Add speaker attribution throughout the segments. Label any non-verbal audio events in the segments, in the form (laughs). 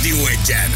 Speaker 1: legyen!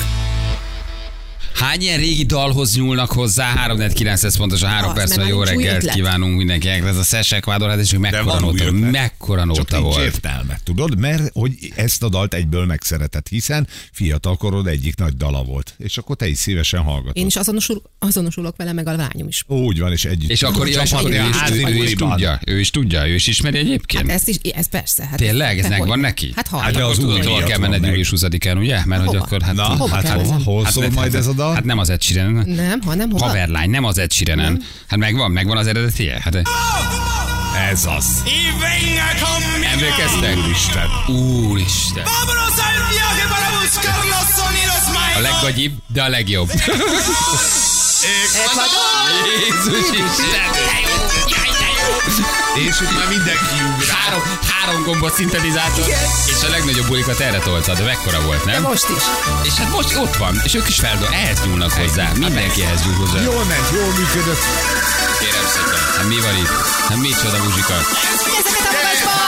Speaker 2: Hány ilyen régi dalhoz nyúlnak hozzá? 3900 pontos, 3
Speaker 3: Az,
Speaker 2: perc,
Speaker 3: Ah, mert már
Speaker 2: jó
Speaker 3: nincs új
Speaker 2: reggelt
Speaker 3: ötlet.
Speaker 2: kívánunk mindenkinek. Ez a Szesek Vádor, hát és hogy mekkora
Speaker 1: van új
Speaker 2: óta,
Speaker 1: ötlet.
Speaker 2: mekkora
Speaker 1: Csak
Speaker 2: óta
Speaker 1: nincs
Speaker 2: volt.
Speaker 1: értelme, tudod? Mert hogy ezt a dalt egyből megszeretett, hiszen fiatalkorod egyik nagy dala volt. És akkor te is szívesen hallgatod.
Speaker 3: Én is azonosul, azonosulok vele, meg a lányom is. Hát
Speaker 1: Úgy van, és együtt.
Speaker 2: És akkor és akkor ő, is,
Speaker 1: házi
Speaker 2: ő is
Speaker 1: buliban.
Speaker 2: tudja, ő is tudja, ő is ismeri
Speaker 3: Hát
Speaker 2: egyébként.
Speaker 3: ezt is, ez persze. Hát
Speaker 2: Tényleg, ez
Speaker 3: te
Speaker 2: megvan
Speaker 3: hogy?
Speaker 2: neki?
Speaker 3: Hát
Speaker 1: Hát de
Speaker 3: hallja.
Speaker 1: az
Speaker 2: Az tudod,
Speaker 1: új
Speaker 2: hol
Speaker 1: miatt
Speaker 2: kell
Speaker 1: van
Speaker 2: menned
Speaker 1: meg.
Speaker 2: július 20-án, ugye? Mert hogy
Speaker 3: Hova?
Speaker 2: akkor hát...
Speaker 1: Na,
Speaker 3: Hova
Speaker 1: hát
Speaker 3: kell
Speaker 1: hol,
Speaker 3: ezen?
Speaker 1: hol szól
Speaker 2: nem,
Speaker 1: majd
Speaker 2: hát-
Speaker 1: ez a dal?
Speaker 2: Hát nem az Ed Sheeran.
Speaker 3: Nem, hanem hova?
Speaker 2: Haverlány, nem az Ed Sheeran. Hát megvan, megvan az eredetie. Hát
Speaker 1: Ez az.
Speaker 2: emlékeztek?
Speaker 1: Úristen.
Speaker 2: Úristen.
Speaker 4: Vámonos al viaje para buscar los sonidos
Speaker 2: A
Speaker 4: mágicos.
Speaker 2: leggagyibb, de a legjobb. Jézus Isten! de jó, jaj, de jó.
Speaker 1: És itt már mindenki ugrál.
Speaker 2: Három, három gombot szintetizátor, és a legnagyobb bulikat erre toltad, de mekkora volt,
Speaker 3: De
Speaker 2: nem?
Speaker 3: most is.
Speaker 2: És hát most ott van, és ők is feldol, ehhez nyúlnak hozzá, mindenki ehhez nyúl hozzá.
Speaker 1: Jól ment, jól működött.
Speaker 2: Kérem szépen, hát mi van itt? Hát micsoda muzsika?
Speaker 3: Ezeket a magasba!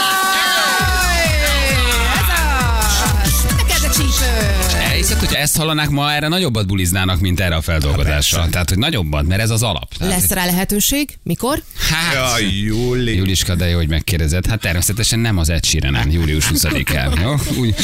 Speaker 3: Ez az! Neked Hát a csípő!
Speaker 2: Elhiszed, hogyha ezt hallanák ma, erre nagyobbat buliznának, mint erre a feldolgozásra. Tehát, hogy nagyobbat, mert ez az alap. Tehát,
Speaker 3: Lesz rá lehetőség? Mikor?
Speaker 2: Hát,
Speaker 1: Jaj, Júli.
Speaker 2: Juliska, de jó, hogy megkérdezed. Hát természetesen nem az Ed Sheeranen, július 20-án. Jó? Úgy,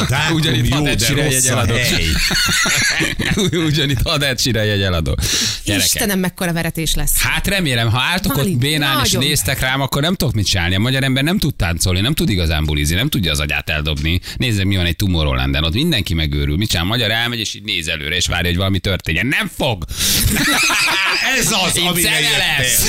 Speaker 1: A dátum
Speaker 2: ugyanitt
Speaker 1: jó,
Speaker 2: ad Ed
Speaker 1: de
Speaker 2: Sheeran
Speaker 1: rossz a
Speaker 2: jegyeladó.
Speaker 1: hely.
Speaker 2: (laughs) ugyanitt ad Ed Sheeran jegyeladó. Gyerekek.
Speaker 3: Istenem, mekkora veretés lesz.
Speaker 2: Hát remélem, ha álltok ott
Speaker 3: Valid.
Speaker 2: bénán és
Speaker 3: Nagyon.
Speaker 2: néztek rám, akkor nem tudok mit csinálni. A magyar ember nem tud táncolni, nem tud igazán bulizni, nem tudja az agyát eldobni. Nézzek, mi van egy Tomorrowlanden, ott mindenki megőrül. Mit csinál? A magyar elmegy, és így néz előre, és várja, hogy valami történjen. Nem fog!
Speaker 1: (laughs) Ez az,
Speaker 2: Itt
Speaker 1: amire
Speaker 2: zene
Speaker 1: jöttél.
Speaker 2: lesz!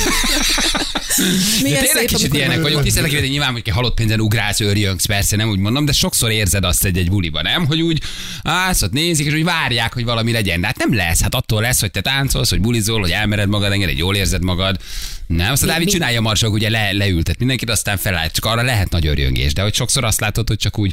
Speaker 2: Hát, De
Speaker 3: Milyen
Speaker 2: tényleg
Speaker 3: szép,
Speaker 2: kicsit
Speaker 3: amikor
Speaker 2: ilyenek
Speaker 3: megvan.
Speaker 2: vagyunk, tisztelek, hogy nyilván, hogy halott pénzen ugrálsz, őrjöngsz, persze nem úgy mondom, de sokszor érzed azt egy-egy buliban, nem? Hogy úgy állsz, ott nézik, és úgy várják, hogy valami legyen. De hát nem lesz, hát attól lesz, hogy te táncolsz, hogy bulizol, hogy elmered magad, engedj, hogy jól érzed magad. Nem, aztán
Speaker 3: Mi-
Speaker 2: Dávid
Speaker 3: mi-
Speaker 2: csinálja a marsok, ugye le, leültet mindenkit, aztán felállt, csak arra lehet nagy örjöngés, de hogy sokszor azt látod, hogy csak úgy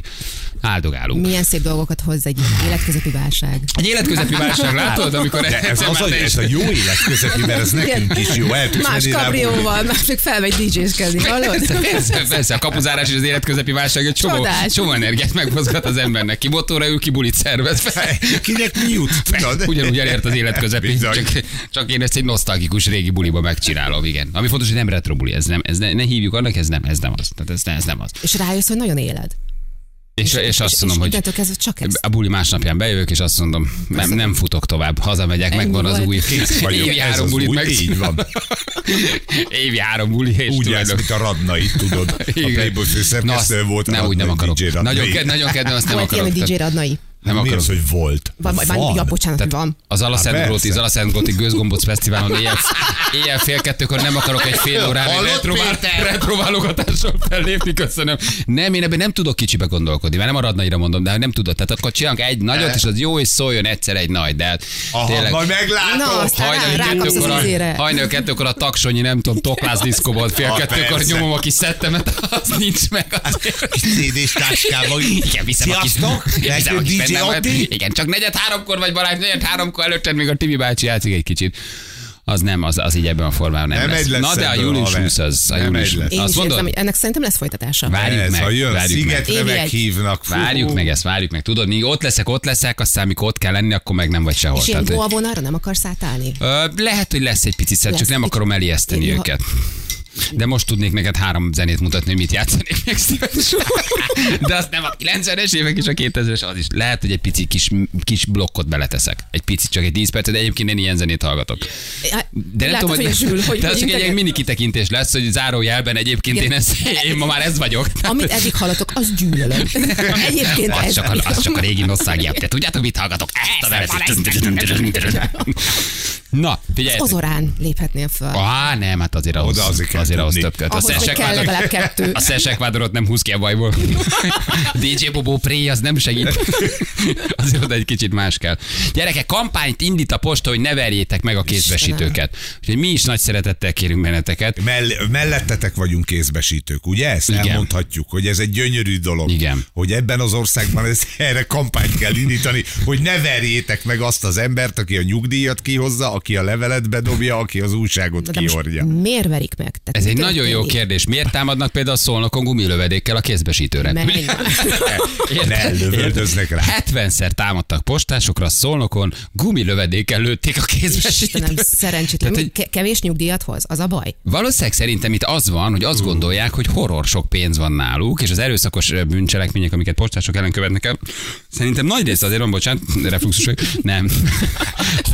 Speaker 2: áldogálunk.
Speaker 3: Milyen szép dolgokat hoz egy életközepi válság.
Speaker 2: Egy életközepi válság, látod, amikor
Speaker 1: De ez,
Speaker 2: egyszer
Speaker 1: az,
Speaker 2: már
Speaker 1: a-
Speaker 2: te is-
Speaker 1: ez a jó élet közepi, mert ez nekünk is jó. El tudsz
Speaker 3: Más
Speaker 1: menni rá buli.
Speaker 3: kabrióval, másik felmegy DJ-skedni, hallod?
Speaker 2: (laughs) Persze, persze, persze, a kapuzárás és az életközepi válság egy csomó,
Speaker 3: Csodás.
Speaker 2: csomó energiát megmozgat az embernek. Ki botóra ül, ki bulit szervez fel.
Speaker 1: Kinek mi jut? Tudod?
Speaker 2: Ugyanúgy elért az életközepi,
Speaker 1: Bizony.
Speaker 2: csak, csak én ezt egy nosztalgikus régi buliba megcsinálom, igen. Ami fontos, hogy nem retro buli, ez nem, ez ne, ne hívjuk annak, ez nem, ez nem az. Tehát ez, ne, ez nem az.
Speaker 3: És rájössz, hogy nagyon éled.
Speaker 2: És, és azt mondom,
Speaker 3: és
Speaker 2: hogy
Speaker 3: Innentől kezdve csak ez.
Speaker 2: a buli másnapján bejövök, és azt mondom, nem, nem futok tovább, hazamegyek,
Speaker 3: Ennyi
Speaker 2: megvan az
Speaker 3: volt.
Speaker 2: új
Speaker 1: Kész vagyok,
Speaker 2: évi
Speaker 1: ez
Speaker 2: három
Speaker 1: az
Speaker 2: bulit
Speaker 1: új,
Speaker 2: meg.
Speaker 1: így
Speaker 2: (laughs)
Speaker 1: van.
Speaker 2: Évi három buli, és
Speaker 1: Úgy jársz,
Speaker 2: tulajdonképpen-
Speaker 1: mint a radnai, tudod. A
Speaker 2: Igen.
Speaker 1: Playboy
Speaker 2: Na, azt
Speaker 1: főszerkesztő volt. hát
Speaker 2: Ne,
Speaker 1: Radnai
Speaker 2: úgy nem akarok.
Speaker 1: DJ Radnai.
Speaker 2: Nagyon, ked, nagyon kedvem, azt nem
Speaker 3: Volt ilyen,
Speaker 2: akarok.
Speaker 3: hogy DJ
Speaker 2: Tehát
Speaker 3: Radnai.
Speaker 2: Nem
Speaker 1: Mi
Speaker 2: akarok.
Speaker 1: az, hogy volt?
Speaker 3: Van, van, van. Ja, bocsánat, hogy van.
Speaker 2: Az Alaszent
Speaker 1: Há,
Speaker 2: Gróti, az
Speaker 1: persze.
Speaker 2: Alaszent Gróti Gőzgomboc Fesztiválon
Speaker 1: (laughs)
Speaker 2: éjjel, éjjel fél kettőkor nem akarok egy fél órán
Speaker 1: Hallod,
Speaker 2: retrovál, retroválogatással fellépni, köszönöm. Nem, én ebben nem tudok kicsibe gondolkodni, mert nem a radnaira mondom, de nem tudod. Tehát akkor csinálunk egy nagyot, és az jó, és szóljon egyszer egy nagy, de hát
Speaker 1: Aha,
Speaker 2: tényleg.
Speaker 1: majd
Speaker 3: Na,
Speaker 1: meglátom.
Speaker 3: azt- Aztán
Speaker 2: Hajnali
Speaker 3: rá- rákapsz az
Speaker 2: kettőkor, a,
Speaker 3: izére.
Speaker 2: hajnali kettőkor a taksonyi, nem tudom, toklász diszkóban fél
Speaker 1: Ah, persze.
Speaker 2: kettőkor
Speaker 1: Hát,
Speaker 2: nyomom a kis szettemet, (laughs) az nincs meg. Azért.
Speaker 1: Kis CD-s táskával.
Speaker 2: Igen, viszem a kis,
Speaker 1: Sziasztok,
Speaker 2: (laughs) viszem a
Speaker 1: legfőbb DJ
Speaker 2: kis bennemet.
Speaker 1: Atti.
Speaker 2: Igen, csak negyed háromkor vagy barát, negyed háromkor előtted még a Tibi bácsi játszik egy kicsit. Az nem, az, az így ebben a formában nem,
Speaker 1: Nem
Speaker 2: lesz.
Speaker 1: egy lesz
Speaker 2: Na de a
Speaker 1: ebből,
Speaker 2: július
Speaker 1: haver.
Speaker 2: 20 az, a
Speaker 1: Nem
Speaker 2: július
Speaker 1: egy lesz.
Speaker 2: 20.
Speaker 3: Én
Speaker 2: Azt
Speaker 3: is érzem,
Speaker 2: mondod?
Speaker 3: hogy ennek szerintem lesz folytatása.
Speaker 2: Várjuk
Speaker 1: Ez,
Speaker 2: meg,
Speaker 1: ha jön,
Speaker 2: várjuk meg.
Speaker 1: szigetre
Speaker 3: Évi egy.
Speaker 1: meghívnak. Fú.
Speaker 2: Várjuk meg ezt, várjuk meg. Tudod, míg ott leszek, ott leszek, aztán mikor ott kell lenni, akkor meg nem vagy sehol.
Speaker 3: És ilyen
Speaker 2: hogy-
Speaker 3: goa vonalra nem akarsz átállni?
Speaker 2: Ö, lehet, hogy lesz egy picit szebb,
Speaker 3: Lesz
Speaker 2: csak nem
Speaker 3: egy
Speaker 2: akarom
Speaker 3: picit.
Speaker 2: elijeszteni
Speaker 3: Én-
Speaker 2: őket. De most tudnék neked három zenét mutatni, hogy mit játszanék még szívesen. De azt nem a 90-es évek és a 2000-es, az is. Lehet, hogy egy pici kis, kis blokkot beleteszek. Egy pici, csak egy 10 percet, de egyébként én ilyen zenét hallgatok. De nem
Speaker 3: Látod,
Speaker 2: tudom,
Speaker 3: hogy, zsül,
Speaker 2: (laughs)
Speaker 3: hogy
Speaker 2: de az csak egy
Speaker 3: hogy
Speaker 2: ilyen
Speaker 3: integet?
Speaker 2: mini kitekintés lesz, hogy zárójelben egyébként én, ez, én ma már ez vagyok.
Speaker 3: Amit eddig hallatok, az
Speaker 2: (laughs)
Speaker 3: gyűlölöm. Egyébként
Speaker 2: Az
Speaker 3: ez.
Speaker 2: csak, a, az csak a régi nosztalgiát. Te tudjátok, mit hallgatok? Ezt a verset. Na, figyelj.
Speaker 3: Ozorán léphetnél fel.
Speaker 2: Á, nem, hát azért ahhoz,
Speaker 1: Oda azért kell
Speaker 2: azért ahhoz
Speaker 1: tudni.
Speaker 2: több kell.
Speaker 3: Ahhoz, hogy kell legalább
Speaker 2: (laughs)
Speaker 3: kettő.
Speaker 2: a Szesek Vádorot nem húz ki a
Speaker 3: (laughs)
Speaker 2: bajból. DJ Bobó Pré, az nem
Speaker 1: (laughs)
Speaker 2: segít. azért oda egy kicsit más kell. Gyerekek, kampányt indít a posta, hogy ne verjétek meg a kézbesítőket. Úgyhogy mi is nagy szeretettel kérünk benneteket.
Speaker 1: Mell- mellettetek vagyunk kézbesítők, ugye? Ezt
Speaker 2: Igen.
Speaker 1: elmondhatjuk, hogy ez egy gyönyörű dolog.
Speaker 2: Igen.
Speaker 1: Hogy ebben az országban ez, (laughs) erre kampányt kell indítani, hogy ne verjétek meg azt az embert, aki a nyugdíjat kihozza, a aki a levelet bedobja, aki az újságot
Speaker 3: De most
Speaker 1: kiordja.
Speaker 3: miért verik meg? Tehát
Speaker 2: Ez
Speaker 3: mi
Speaker 2: egy nagyon jó
Speaker 3: történik?
Speaker 2: kérdés. Miért támadnak például szolnokon gumilövedékkel a kézbesítőre?
Speaker 3: Mert
Speaker 2: Mi- Érted?
Speaker 1: Ne, lövöldöznek rá.
Speaker 2: 70-szer támadtak postásokra szolnokon, gumilövedékkel lőtték a
Speaker 3: Istenem,
Speaker 2: kézbesítőt.
Speaker 3: szerencsétlen.
Speaker 2: Tehát, hogy-
Speaker 3: Ke- Kevés nyugdíjat hoz, az a baj.
Speaker 2: Valószínűleg szerintem itt az van, hogy azt gondolják, hogy horror sok pénz van náluk, és az erőszakos ö, bűncselekmények, amiket postások ellen követnek el, szerintem nagy része azért van, bocsánat, (laughs) refluxus, vagyok, nem,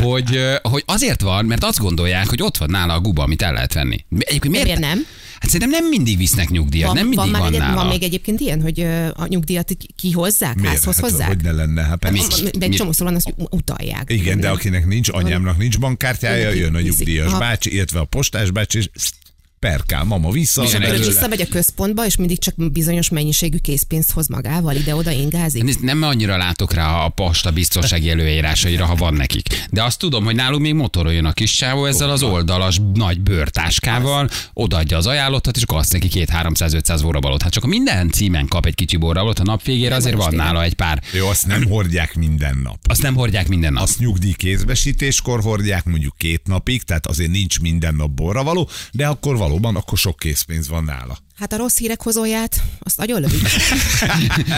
Speaker 2: hogy, ö, hogy azért van, mert azt gondolják, hogy ott van nála a guba, amit el lehet venni. Egyébként miért?
Speaker 3: Miért nem?
Speaker 2: Hát szerintem nem mindig visznek nyugdíjat, nem mindig
Speaker 3: van,
Speaker 2: van,
Speaker 3: már egy,
Speaker 2: nála.
Speaker 3: van még egyébként ilyen, hogy ö, a nyugdíjat így kihozzák, házhoz
Speaker 1: Hát,
Speaker 3: hozzák?
Speaker 1: hogy ne lenne? Hát persze.
Speaker 2: Mi-
Speaker 3: De egy csomószor van, azt utalják.
Speaker 1: Igen, de akinek nincs, anyámnak nincs bankkártyája,
Speaker 3: Mindenki
Speaker 1: jön a
Speaker 3: viszi.
Speaker 1: nyugdíjas
Speaker 3: Aha.
Speaker 1: bácsi, illetve a postás bácsi, és szt, perkál, mama vissza.
Speaker 2: És
Speaker 1: ad
Speaker 2: akkor
Speaker 3: Ő
Speaker 1: belőle.
Speaker 3: visszamegy a központba, és mindig csak bizonyos mennyiségű készpénzt hoz magával, ide-oda ingázik.
Speaker 2: Nézd, Nem annyira látok rá a posta biztonsági előírásaira, ha van nekik. De azt tudom, hogy náluk még motoron jön a kis sávó ezzel az oldalas nagy bőrtáskával, odaadja az ajánlottat, és akkor azt neki 2-300-500 borrabalót. Hát csak a minden címen kap egy kicsi borrabalót, a nap végére azért van nála egy pár.
Speaker 1: Jó, azt nem hordják minden nap.
Speaker 2: Azt nem hordják minden nap.
Speaker 1: Azt nyugdíj kézbesítéskor hordják mondjuk két napig, tehát azért nincs minden nap borra való, de akkor valóban akkor sok készpénz van nála.
Speaker 3: Hát a rossz hírek hozóját, azt nagyon
Speaker 1: (laughs)
Speaker 3: lövik.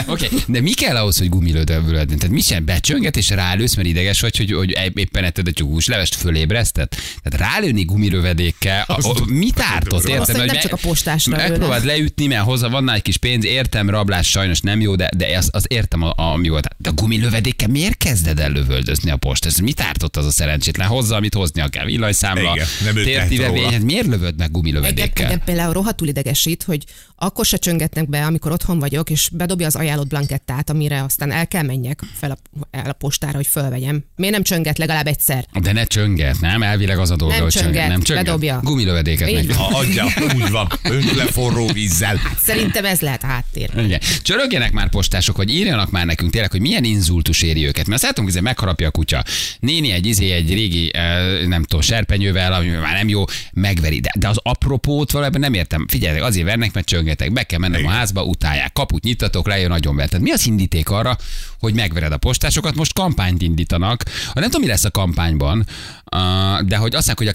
Speaker 2: Oké, okay. de mi kell ahhoz, hogy gumilődövülöd? Tehát mi sem becsönget, és rálősz, mert ideges vagy, hogy, hogy éppen etted a tyúkus levest, fölébresztett. Tehát rálőni gumilövedékkel, a, a, mit ártott? Értem,
Speaker 3: Azt nem csak a postásra
Speaker 2: Megpróbáld
Speaker 3: lőnek.
Speaker 2: leütni, mert hozzá van egy kis pénz, értem, rablás sajnos nem jó, de, de az, az értem, a, a, mi volt. De a gumilövedékkel miért kezded el lövöldözni a postát? Mit ártott az a szerencsétlen? Hozzá, amit hoznia kell, villanyszámla,
Speaker 1: Igen, nem ő tehet róla.
Speaker 2: tértivevény, hát miért lövöd meg
Speaker 3: Engem, engem
Speaker 2: gumilövedékkel?
Speaker 3: például rohadtul idegesít, hogy akkor se csöngetnek be, amikor otthon vagyok, és bedobja az ajánlott blankettát, amire aztán el kell menjek fel a, el a postára, hogy fölvegyem. Miért nem csönget legalább egyszer?
Speaker 2: De ne csönget, nem? Elvileg az a dolga,
Speaker 3: Nem
Speaker 2: hogy csönget.
Speaker 3: csönget,
Speaker 2: Nem csönget.
Speaker 3: bedobja.
Speaker 2: Gumilövedéket
Speaker 3: Így
Speaker 2: meg.
Speaker 3: van.
Speaker 1: Ha adja, úgy van, önt le forró vízzel.
Speaker 3: Szerintem ez lehet a háttér.
Speaker 2: Igen. Csörögjenek már postások, vagy írjanak már nekünk tényleg, hogy milyen inzultus éri őket. Mert azt látom, hogy megharapja a kutya. Néni egy izé, egy régi, eh, nem tudom, serpenyővel, ami már nem jó, megveri. De, de az apropót valójában nem értem. Figyeljetek, azért vernek, mert csöngetek. Be kell mennem a házba, utálják. Kaput nyittatok, lejön nagyon vert. Tehát mi az indíték arra, hogy megvered a postásokat? Most kampányt indítanak. Ah, Nem tudom, mi lesz a kampányban, ah, de hogy azt mondják, hogy a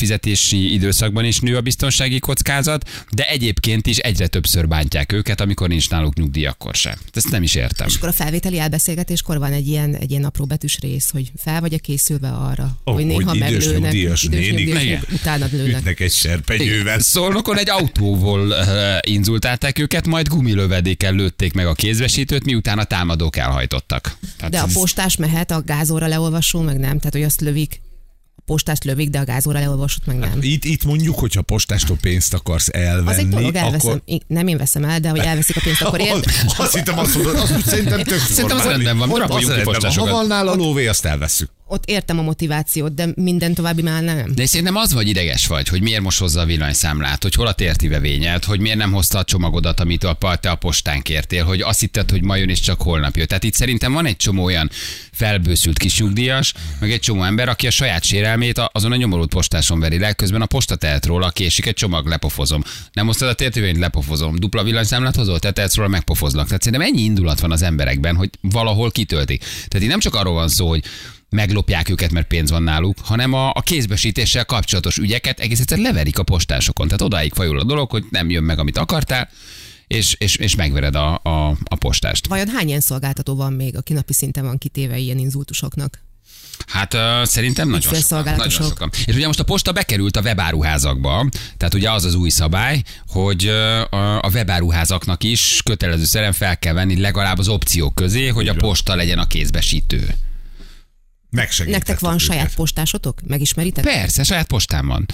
Speaker 2: készpénzfizetési időszakban is nő a biztonsági kockázat, de egyébként is egyre többször bántják őket, amikor nincs náluk nyugdíj, akkor sem. Ezt nem is értem.
Speaker 3: És akkor a felvételi elbeszélgetéskor van egy ilyen, egy ilyen apró betűs rész, hogy fel vagy készülve arra,
Speaker 1: Ó,
Speaker 3: hogy néha
Speaker 1: hogy idős
Speaker 3: meglőnek,
Speaker 1: nyugdíjas nénik.
Speaker 2: Igen.
Speaker 3: utána lőnek.
Speaker 1: Ütnek egy serpenyővel.
Speaker 2: Szolnokon egy autóval ö, inzultálták őket, majd gumilövedékkel lőtték meg a kézbesítőt, miután a támadók elhajtottak. Tehát
Speaker 3: De a
Speaker 2: ez-
Speaker 3: postás mehet, a gázóra leolvasó, meg nem. Tehát, hogy azt lövik, a postást lövik, de a gázóra leolvasót meg nem.
Speaker 1: Itt, itt mondjuk, hogyha postástól pénzt akarsz elvenni,
Speaker 3: Az egy dolog, elveszem.
Speaker 1: akkor...
Speaker 3: Akkor... Nem én veszem el, de hogy elveszik a pénzt,
Speaker 1: (laughs)
Speaker 3: akkor én...
Speaker 1: Az- Azt hittem, azt mondod, az úgy szerintem tök
Speaker 2: Szerintem az
Speaker 1: normális.
Speaker 2: rendben van, mi
Speaker 1: Ott
Speaker 2: raboljunk
Speaker 1: az
Speaker 2: ki
Speaker 1: rendben van. Ha
Speaker 2: postásokat.
Speaker 1: van nála lóvé, azt elveszük.
Speaker 3: Ott értem a motivációt, de minden további már nem.
Speaker 2: De szerintem az vagy ideges vagy, hogy miért most hozza a villanyszámlát, hogy hol a tértivevényed, hogy miért nem hozta a csomagodat, amit a, pa- te a postán kértél, hogy azt hitted, hogy ma jön és csak holnap jön. Tehát itt szerintem van egy csomó olyan felbőszült kis nyugdíjas, meg egy csomó ember, aki a saját sérelmét a- azon a nyomorult postáson veri le, közben a posta tehet róla, késik egy csomag, lepofozom. Nem hoztad a tértivevényt, lepofozom. Dupla villanyszámlát hozol, te tehetsz róla, megpofozlak. Tehát szerintem ennyi indulat van az emberekben, hogy valahol kitöltik. Tehát itt nem csak arról van szó, hogy meglopják őket, mert pénz van náluk, hanem a, a kézbesítéssel kapcsolatos ügyeket egész egyszer leverik a postásokon. Tehát odáig fajul a dolog, hogy nem jön meg, amit akartál, és, és, és megvered a, a, a postást.
Speaker 3: Vajon hány ilyen szolgáltató van még, aki napi szinten van kitéve ilyen inzultusoknak?
Speaker 2: Hát uh, szerintem nagyon sokan, nagyon
Speaker 3: Ügyfélszolgálatosok.
Speaker 2: sokan. És ugye most a posta bekerült a webáruházakba, tehát ugye az az új szabály, hogy ö, a- a webáruházaknak is kötelező szerint fel kell venni legalább az opciók közé, hogy a posta legyen a kézbesítő.
Speaker 1: Megsegítettek
Speaker 3: Nektek van
Speaker 1: őket.
Speaker 3: saját postásotok? Megismeritek?
Speaker 2: Persze, saját postám van.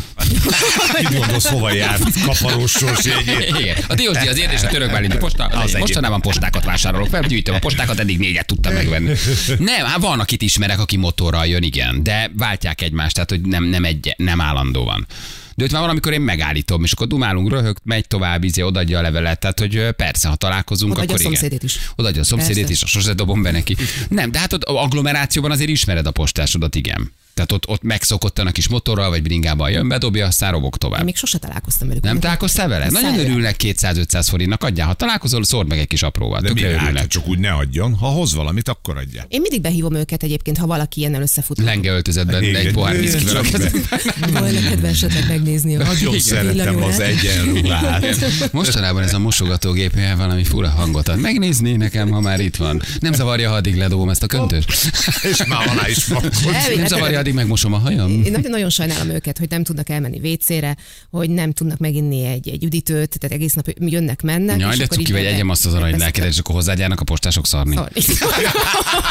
Speaker 1: Mit gondolsz, hova járt kaparós sors jegyét?
Speaker 2: Igen. A Diósdi az és a török Bálint a posta. Az
Speaker 1: egyik.
Speaker 2: mostanában postákat vásárolok fel, gyűjtöm a postákat, eddig négyet tudtam megvenni. Nem, hát van, akit ismerek, aki motorral jön, igen, de váltják egymást, tehát hogy nem, nem, egy, nem állandóan. De őt már valamikor én megállítom, és akkor dumálunk, röhög, megy tovább, izé, odaadja a levelet, tehát hogy ö, persze, ha találkozunk,
Speaker 3: Odaadja
Speaker 2: akkor
Speaker 3: a szomszédét
Speaker 2: igen.
Speaker 3: is.
Speaker 2: Odaadja a szomszédét
Speaker 3: Persze.
Speaker 2: is, sose dobom be neki. Nem, de hát ott agglomerációban azért ismered a postásodat, igen. Tehát ott, ott megszokottan a kis motorral vagy bringával jön, bedobja, aztán robog tovább.
Speaker 3: Én még sose találkoztam velük.
Speaker 2: Nem találkoztál vele? Nagyon
Speaker 3: Szerre.
Speaker 2: örülnek 200-500 forintnak, adjál. Ha találkozol, szórd meg egy kis apróval.
Speaker 1: De mi
Speaker 2: Tökre örülnek.
Speaker 1: hát, csak úgy ne adjon. Ha hoz valamit, akkor adja.
Speaker 3: Én mindig behívom őket egyébként, ha valaki ilyennel összefut.
Speaker 2: Lenge öltözetben
Speaker 1: Igen.
Speaker 2: egy pohár
Speaker 1: Jöjjön
Speaker 2: viszkivel.
Speaker 1: csak
Speaker 2: a
Speaker 1: be.
Speaker 3: Volna kedve esetleg megnézni a
Speaker 1: Nagyon
Speaker 3: a
Speaker 1: szeretem
Speaker 3: villanyórát.
Speaker 1: az egyenruhát.
Speaker 2: Mostanában ez a mosogatógép jel valami fura hangot ad. Megnézné nekem, ha már itt van. Nem zavarja, ha addig ledobom ezt a köntöst.
Speaker 1: És már alá is fakod.
Speaker 3: Elvileg-
Speaker 2: Nem zavarja, addig megmosom a hajam.
Speaker 3: (laughs) Én nagyon-nagyon sajnálom őket, hogy nem tudnak elmenni WC-re, hogy nem tudnak meginni egy, egy üdítőt, tehát egész nap jönnek, mennek.
Speaker 2: Jaj,
Speaker 3: és
Speaker 2: de
Speaker 3: akkor
Speaker 2: cuki
Speaker 3: így
Speaker 2: vagy,
Speaker 3: jönnek.
Speaker 2: egyem azt az arany
Speaker 3: Persze,
Speaker 2: lelkedet, és akkor hozzágyárnak a postások szarni.
Speaker 3: Van (laughs)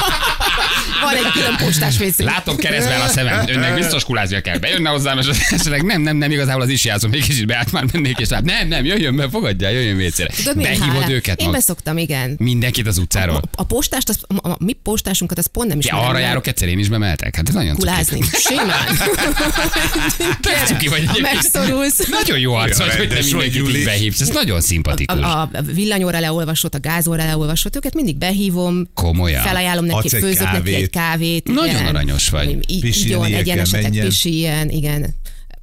Speaker 3: egy külön postás WC.
Speaker 2: Látom keresztbe áll a szemem, önnek biztos kuláznia kell. Bejönne hozzám, és esetleg nem, nem, nem, igazából az is játszom, mégis is beállt már mennék, és láb, nem, nem, jöjjön be, fogadjál, jöjjön vécére.
Speaker 3: Tudod, milyen
Speaker 2: Behívod
Speaker 3: hálás?
Speaker 2: őket
Speaker 3: Én
Speaker 2: mag.
Speaker 3: beszoktam, igen.
Speaker 2: Mindenkit az utcáról.
Speaker 3: A postást, az, a, a mi postásunkat, az pont nem is.
Speaker 2: Ja, arra járok egyszer, én is bemeltek. Hát ez nagyon cuki.
Speaker 3: Kulázni. Simán.
Speaker 2: (laughs)
Speaker 3: (laughs)
Speaker 2: Tök cuki vagy
Speaker 3: Ha
Speaker 2: egyébként.
Speaker 3: megszorulsz.
Speaker 2: Nagyon jó arc
Speaker 1: Olyan
Speaker 2: vagy, hogy te
Speaker 1: rendes vagy,
Speaker 2: mindenkit
Speaker 1: Gyuri.
Speaker 2: így behívsz. Ez nagyon szimpatikus.
Speaker 3: A, a villanyóra leolvasott, a gázóra leolvasott, őket mindig behívom.
Speaker 2: Komolyan.
Speaker 3: Felajánlom neki,
Speaker 1: Adsz egy
Speaker 3: főzök neki
Speaker 1: kávét.
Speaker 3: egy kávét.
Speaker 2: Nagyon
Speaker 3: igen.
Speaker 2: aranyos vagy.
Speaker 3: Így- Így,
Speaker 1: Pisilnie
Speaker 3: igyon,
Speaker 1: kell,
Speaker 3: egyenesetek
Speaker 1: menjen.
Speaker 3: pisiljen, igen.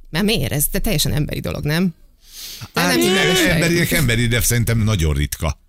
Speaker 3: Már miért? Ez te teljesen emberi dolog, nem? De
Speaker 2: Hát,
Speaker 3: nem
Speaker 2: eh,
Speaker 3: hibás vagy.
Speaker 1: emberiek emberi, de szerintem nagyon ritka.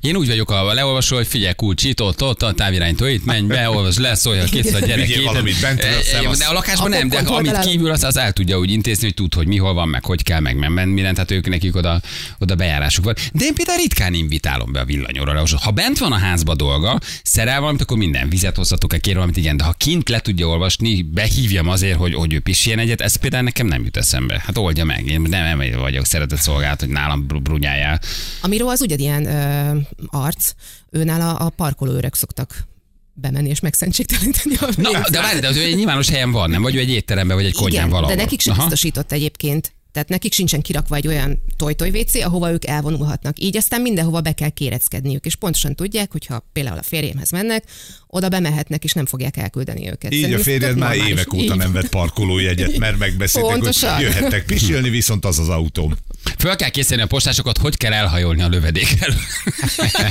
Speaker 2: Én úgy vagyok, ha leolvasol, hogy figyelj, kulcs itt, ott, ott, a távirányító itt, menj be, olvasd le, szólj a kész a gyerek.
Speaker 1: Vigyél
Speaker 2: itt.
Speaker 1: valamit bent,
Speaker 2: E,
Speaker 1: aztán
Speaker 2: jó,
Speaker 1: azt-
Speaker 2: De a lakásban
Speaker 3: A
Speaker 2: nem, de
Speaker 3: popcornt hol
Speaker 2: amit
Speaker 3: találod?
Speaker 2: kívül, az, az el tudja úgy intézni, hogy tud, hogy mihol van, meg hogy kell, meg nem menni, mindent, tehát hát ők nekik oda, oda bejárásuk van. De én például ritkán invitálom be a villanyóra. leolvasót. Ha bent van a házba dolga, szerel valamit, akkor minden vizet hozhatok, -e, kér valamit, igen, de ha kint le tudja olvasni, behívjam azért, hogy, hogy ő pisiljen egyet, ez például nekem nem jut eszembe. Hát oldja meg, én nem, nem vagyok szeretett szolgált, hogy nálam br- brunyáljál.
Speaker 3: A Miró az ugyanilyen ö, arc, őnál a, a parkolóőrök szoktak bemenni és megszentségteleníteni a
Speaker 2: Na,
Speaker 3: pénzt.
Speaker 2: de várj, de ő egy nyilvános helyen van, nem? Vagy ő egy étteremben, vagy egy konyhán
Speaker 3: Igen,
Speaker 2: valahol.
Speaker 3: de nekik sem
Speaker 2: Aha.
Speaker 3: biztosított egyébként. Tehát nekik sincsen kirakva egy olyan toj-toj WC, ahova ők elvonulhatnak. Így aztán mindenhova be kell kéreckedniük, és pontosan tudják, hogy ha például a férjemhez mennek, oda bemehetnek, és nem fogják elküldeni őket.
Speaker 1: Így a
Speaker 3: Szerintem ez
Speaker 1: férjed
Speaker 3: tök
Speaker 1: már
Speaker 3: normális.
Speaker 1: évek óta
Speaker 3: Így.
Speaker 1: nem vett parkolójegyet, mert megbeszéltek, hogy
Speaker 3: Pontosan.
Speaker 1: jöhettek pisilni, viszont az az autóm.
Speaker 2: Föl kell készíteni a postásokat, hogy kell elhajolni a lövedék elől. (laughs)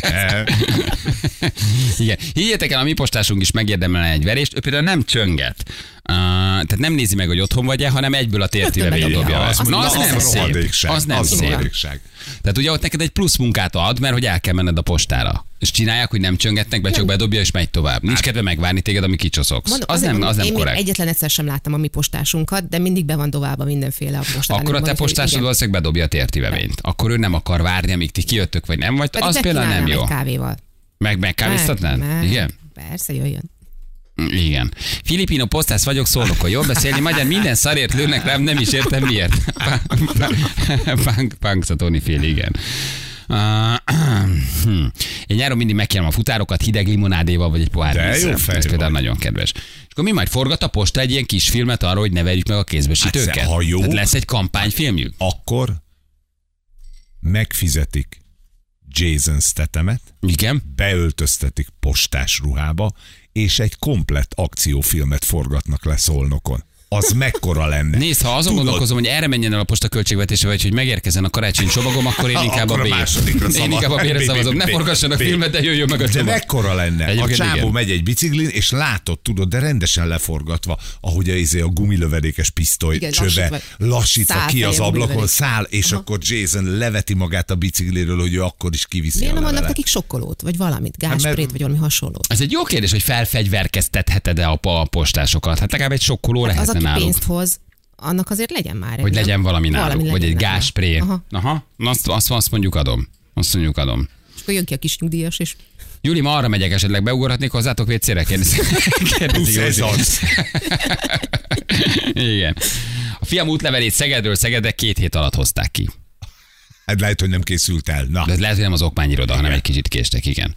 Speaker 1: E,
Speaker 2: Igen. Higgyétek el, a mi postásunk is megérdemelne egy verést, ő például nem csönget. Uh, tehát nem nézi meg, hogy otthon vagy-e, hanem egyből
Speaker 3: Hát,
Speaker 2: a tértibe
Speaker 3: Rögtön
Speaker 2: végigdobja.
Speaker 3: bedobja.
Speaker 2: a-
Speaker 3: Azt
Speaker 2: Na, az
Speaker 3: mondja,
Speaker 2: nem
Speaker 3: az
Speaker 2: szép.
Speaker 1: rohadékság.
Speaker 2: Az nem
Speaker 1: az
Speaker 2: szép.
Speaker 1: rohadékság.
Speaker 2: Tehát ugye ott neked egy plusz munkát ad, mert hogy el kell menned a postára. És csinálják, hogy nem csöngetnek be, csak bedobja és megy tovább.
Speaker 3: Hát.
Speaker 2: Nincs kedve megvárni téged, amíg kicsoszogsz.
Speaker 3: Mondom,
Speaker 2: Az nem, az nem
Speaker 3: én még
Speaker 2: korrekt.
Speaker 3: egyetlen egyszer sem láttam a mi postásunkat, de mindig be van doválva mindenféle a postán.
Speaker 2: Akkor a te postásod valószínűleg bedobja a tértivevényt. Akkor ő nem akar várni, amíg ti kijöttök, vagy nem vagy.
Speaker 3: Pedig
Speaker 2: az például nem jó.
Speaker 3: Egy kávéval.
Speaker 2: Meg, meg kávéztatnád?
Speaker 3: Meg-
Speaker 2: Igen?
Speaker 3: Persze, jöjjön.
Speaker 2: Mm, Igen. Filipino posztász vagyok, szólok, hogy jól beszélni, magyar minden szarért lőnek rám, nem is értem miért. (laughs) Pánk, Pánkszatóni fél, igen. Ah, (clears throat) hm. Én nyáron mindig megkérem a futárokat hideg limonádéval, vagy egy pohár
Speaker 1: De jó
Speaker 2: vízzel.
Speaker 1: fej
Speaker 2: Ez például
Speaker 1: vagy.
Speaker 2: nagyon kedves. És akkor mi majd forgat a posta egy ilyen kis filmet arról, hogy ne verjük meg a kézbesítőket?
Speaker 1: Hát, ha jó.
Speaker 2: Tehát lesz egy kampányfilmjük?
Speaker 1: Akkor megfizetik Jason Stetemet,
Speaker 2: Igen.
Speaker 1: beöltöztetik postás ruhába, és egy komplett akciófilmet forgatnak le szolnokon. Az mekkora lenne?
Speaker 2: Nézd, ha azon
Speaker 1: Tudod,
Speaker 2: gondolkozom, hogy erre menjen el a posta költségvetése, vagy hogy megérkezzen a karácsony csomagom,
Speaker 1: (laughs)
Speaker 2: akkor én
Speaker 1: Ha,
Speaker 2: inkább
Speaker 1: akkor a
Speaker 2: a,
Speaker 1: másodikra
Speaker 2: B. (laughs) Én
Speaker 1: szavaz.
Speaker 2: inkább a B-re
Speaker 1: B, B, (laughs)
Speaker 2: szavazom. Ne
Speaker 1: B,
Speaker 2: forgassanak
Speaker 1: B.
Speaker 2: filmet, de jöjjön meg a
Speaker 1: De
Speaker 2: csomag.
Speaker 1: mekkora lenne?
Speaker 2: Egyébként
Speaker 1: a csávó
Speaker 2: igen.
Speaker 1: megy egy biciklin, és látod, tudod, de rendesen leforgatva, ahogy a, izé, a gumilövedékes pisztoly
Speaker 3: Igen,
Speaker 1: csöve
Speaker 3: lassítva-
Speaker 1: lassítva,
Speaker 3: száll
Speaker 1: ki az
Speaker 3: fejem
Speaker 1: ablakon,
Speaker 3: gumilövedék.
Speaker 1: száll, és akkor Jason leveti magát a bicikliről, hogy ő akkor is kiviszi
Speaker 3: Miért
Speaker 1: a
Speaker 3: nem adnak
Speaker 1: levelet.
Speaker 3: nekik sokkolót, vagy valamit,
Speaker 2: Hát
Speaker 1: mert-
Speaker 3: gásprét, vagy valami hasonlót?
Speaker 2: Ez egy jó kérdés, hogy felfegyverkeztetheted-e a, a postásokat. Hát legalább egy sokkoló
Speaker 3: Az,
Speaker 2: lehetne
Speaker 3: aki
Speaker 2: náluk.
Speaker 3: pénzt hoz, annak azért legyen már. egy,
Speaker 2: Hogy
Speaker 3: nem?
Speaker 2: legyen valami náluk, vagy
Speaker 3: legyen
Speaker 2: egy
Speaker 3: náluk.
Speaker 2: gáspré.
Speaker 3: Aha.
Speaker 2: Aha. Na, Azt, azt, azt mondjuk adom. Azt mondjuk adom.
Speaker 3: És akkor jön ki a kis nyugdíjas, és
Speaker 2: Júli, ma arra megyek esetleg, beugorhatnék hozzátok
Speaker 1: (laughs)
Speaker 2: vécére? Kérdezi. Kérdezi
Speaker 1: Plusz ez
Speaker 2: Józsi.
Speaker 1: az.
Speaker 2: Igen. A fiam útlevelét Szegedről Szegedre két hét alatt hozták ki.
Speaker 1: Hát lehet, hogy nem készült el. Na,
Speaker 2: De ez lehet, hogy nem az okmányiroda, hanem egy kicsit késtek, igen.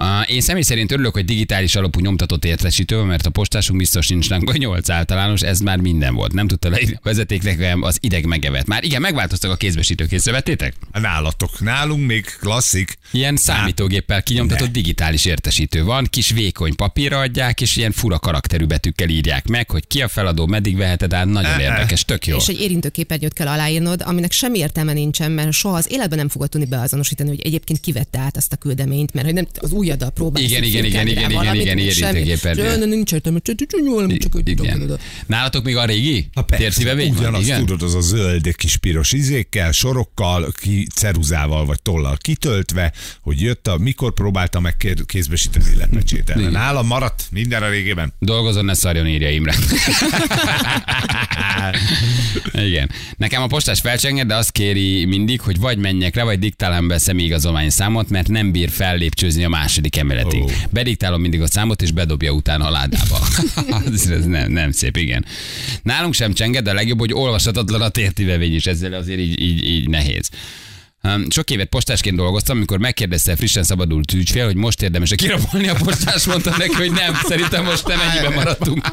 Speaker 2: Uh, Én személy szerint örülök, hogy digitális alapú nyomtatott értesítő, mert a postásunk biztos nincs nálunk, vagy 8 általános, ez már minden volt. Nem tudta le vezeték nekem az ideg megevet. Már igen, megváltoztak a kézbesítők, észrevettétek?
Speaker 1: nálatok. Nálunk még klasszik.
Speaker 2: Ilyen számítógéppel kinyomtatott digitális értesítő van, kis vékony papírra adják, és ilyen fura karakterű betűkkel írják meg, hogy ki a feladó, meddig veheted át, nagyon érdekes, tök jó.
Speaker 3: és egy érintőképernyőt kell aláírnod, aminek semmi értelme nincsen, mert soha az életben nem fogod tudni beazonosítani, hogy egyébként kivette át azt a küldeményt, mert hogy nem, az új újaddal próbálsz.
Speaker 2: Igen, igen, igen, igen, igen, igen, igen,
Speaker 3: igen,
Speaker 2: értékképernyő.
Speaker 3: igen, nincs értelme, csak csak nyúlom, csak úgy
Speaker 2: Igen. Nálatok még a régi?
Speaker 1: Na persze,
Speaker 2: Térszívevény van?
Speaker 1: Ugyanaz,
Speaker 2: Igen?
Speaker 1: tudod, az a zöld kis piros izékkel, sorokkal, ki, ceruzával vagy tollal kitöltve, hogy jött a, mikor próbálta meg kér- kézbesíteni lepecsételni. Nálam maradt minden a régében.
Speaker 2: Dolgozon, ne szarjon, írja Imre. Igen. Nekem a postás felcsenged, de azt kéri mindig, hogy vagy menjek le, vagy diktálom be személyigazolvány számot, mert nem bír fellépcsőzni a második emeletig.
Speaker 1: Ó.
Speaker 2: Oh. Bediktálom mindig a számot, és bedobja utána a ládába. (laughs) ez ez nem, nem szép, igen. Nálunk sem csenged, de a legjobb, hogy olvashatatlan a tértivevény is, ezzel azért így, így, így nehéz. Um, Sok évet postásként dolgoztam, amikor megkérdezte a frissen szabadult ügyfél, hogy most érdemes-e kirabolni a postás, mondta neki, hogy nem, szerintem most nem ennyiben maradtunk.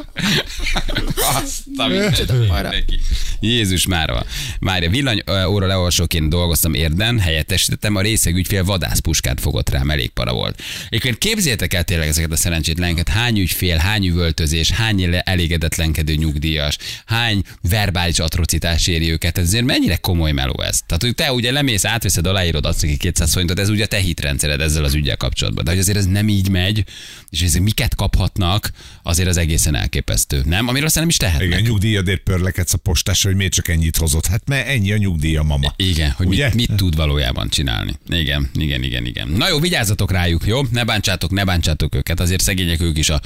Speaker 2: Azt a mindent, mindenki. Jézus Márva. Mária, villany ö, óra leolvasóként dolgoztam érden, helyettesítettem, a részeg ügyfél vadászpuskát fogott rám, elég para volt. Egyébként képzeljétek el tényleg ezeket a szerencsétleneket, hány ügyfél, hány üvöltözés, hány ele- elégedetlenkedő nyugdíjas, hány verbális atrocitás éri őket. Ez azért mennyire komoly meló ez. Tehát, hogy te ugye lemész, átveszed, aláírod, adsz neki 200 forintot, ez ugye a te hitrendszered ezzel az ügyel kapcsolatban. De hogy azért ez nem így megy, és ezek miket kaphatnak, azért az egészen elképesztő. Nem? Amiről aztán nem is tehetnek.
Speaker 1: Igen, nyugdíjadért pörlekedsz a postásra, hogy miért csak ennyit hozott. Hát mert ennyi a nyugdíja, mama.
Speaker 2: Igen, hogy
Speaker 1: Ugye?
Speaker 2: mit, mit tud valójában csinálni. Igen, igen, igen, igen. Na jó, vigyázzatok rájuk, jó? Ne bántsátok, ne bántsátok őket, azért szegények ők is a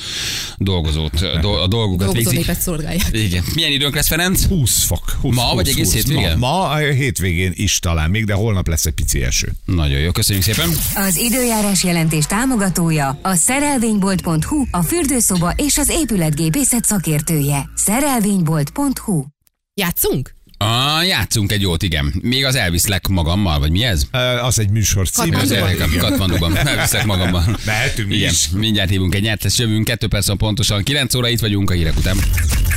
Speaker 2: dolgozót, a dol- a dolgukat végzik.
Speaker 3: Dolgozónépet szolgálják.
Speaker 2: Igen. Milyen időnk lesz, Ferenc?
Speaker 1: 20 fok. 20,
Speaker 2: Ma, vagy egész hétvégén?
Speaker 1: Ma, ma a hétvégén is talán még, de holnap lesz egy pici eső.
Speaker 2: Nagyon jó, köszönjük szépen.
Speaker 5: Az időjárás jelentés támogatója a szerelvénybolt.hu, a fürdőszoba és az épületgépészet szakértője. Szerelvénybolt.hu
Speaker 3: Játszunk?
Speaker 2: Ah, játszunk egy jót, igen. Még az elviszlek magammal, vagy mi ez?
Speaker 1: Ö, Az egy műsor cím.
Speaker 2: Hát, Az elviszlek
Speaker 1: (laughs)
Speaker 2: Katmanduban. Elviszlek magammal.
Speaker 1: Mehetünk mi
Speaker 2: Igen,
Speaker 1: is.
Speaker 2: mindjárt hívunk egy nyertes, jövünk, kettő perc van pontosan, 9 óra itt vagyunk a hírek után.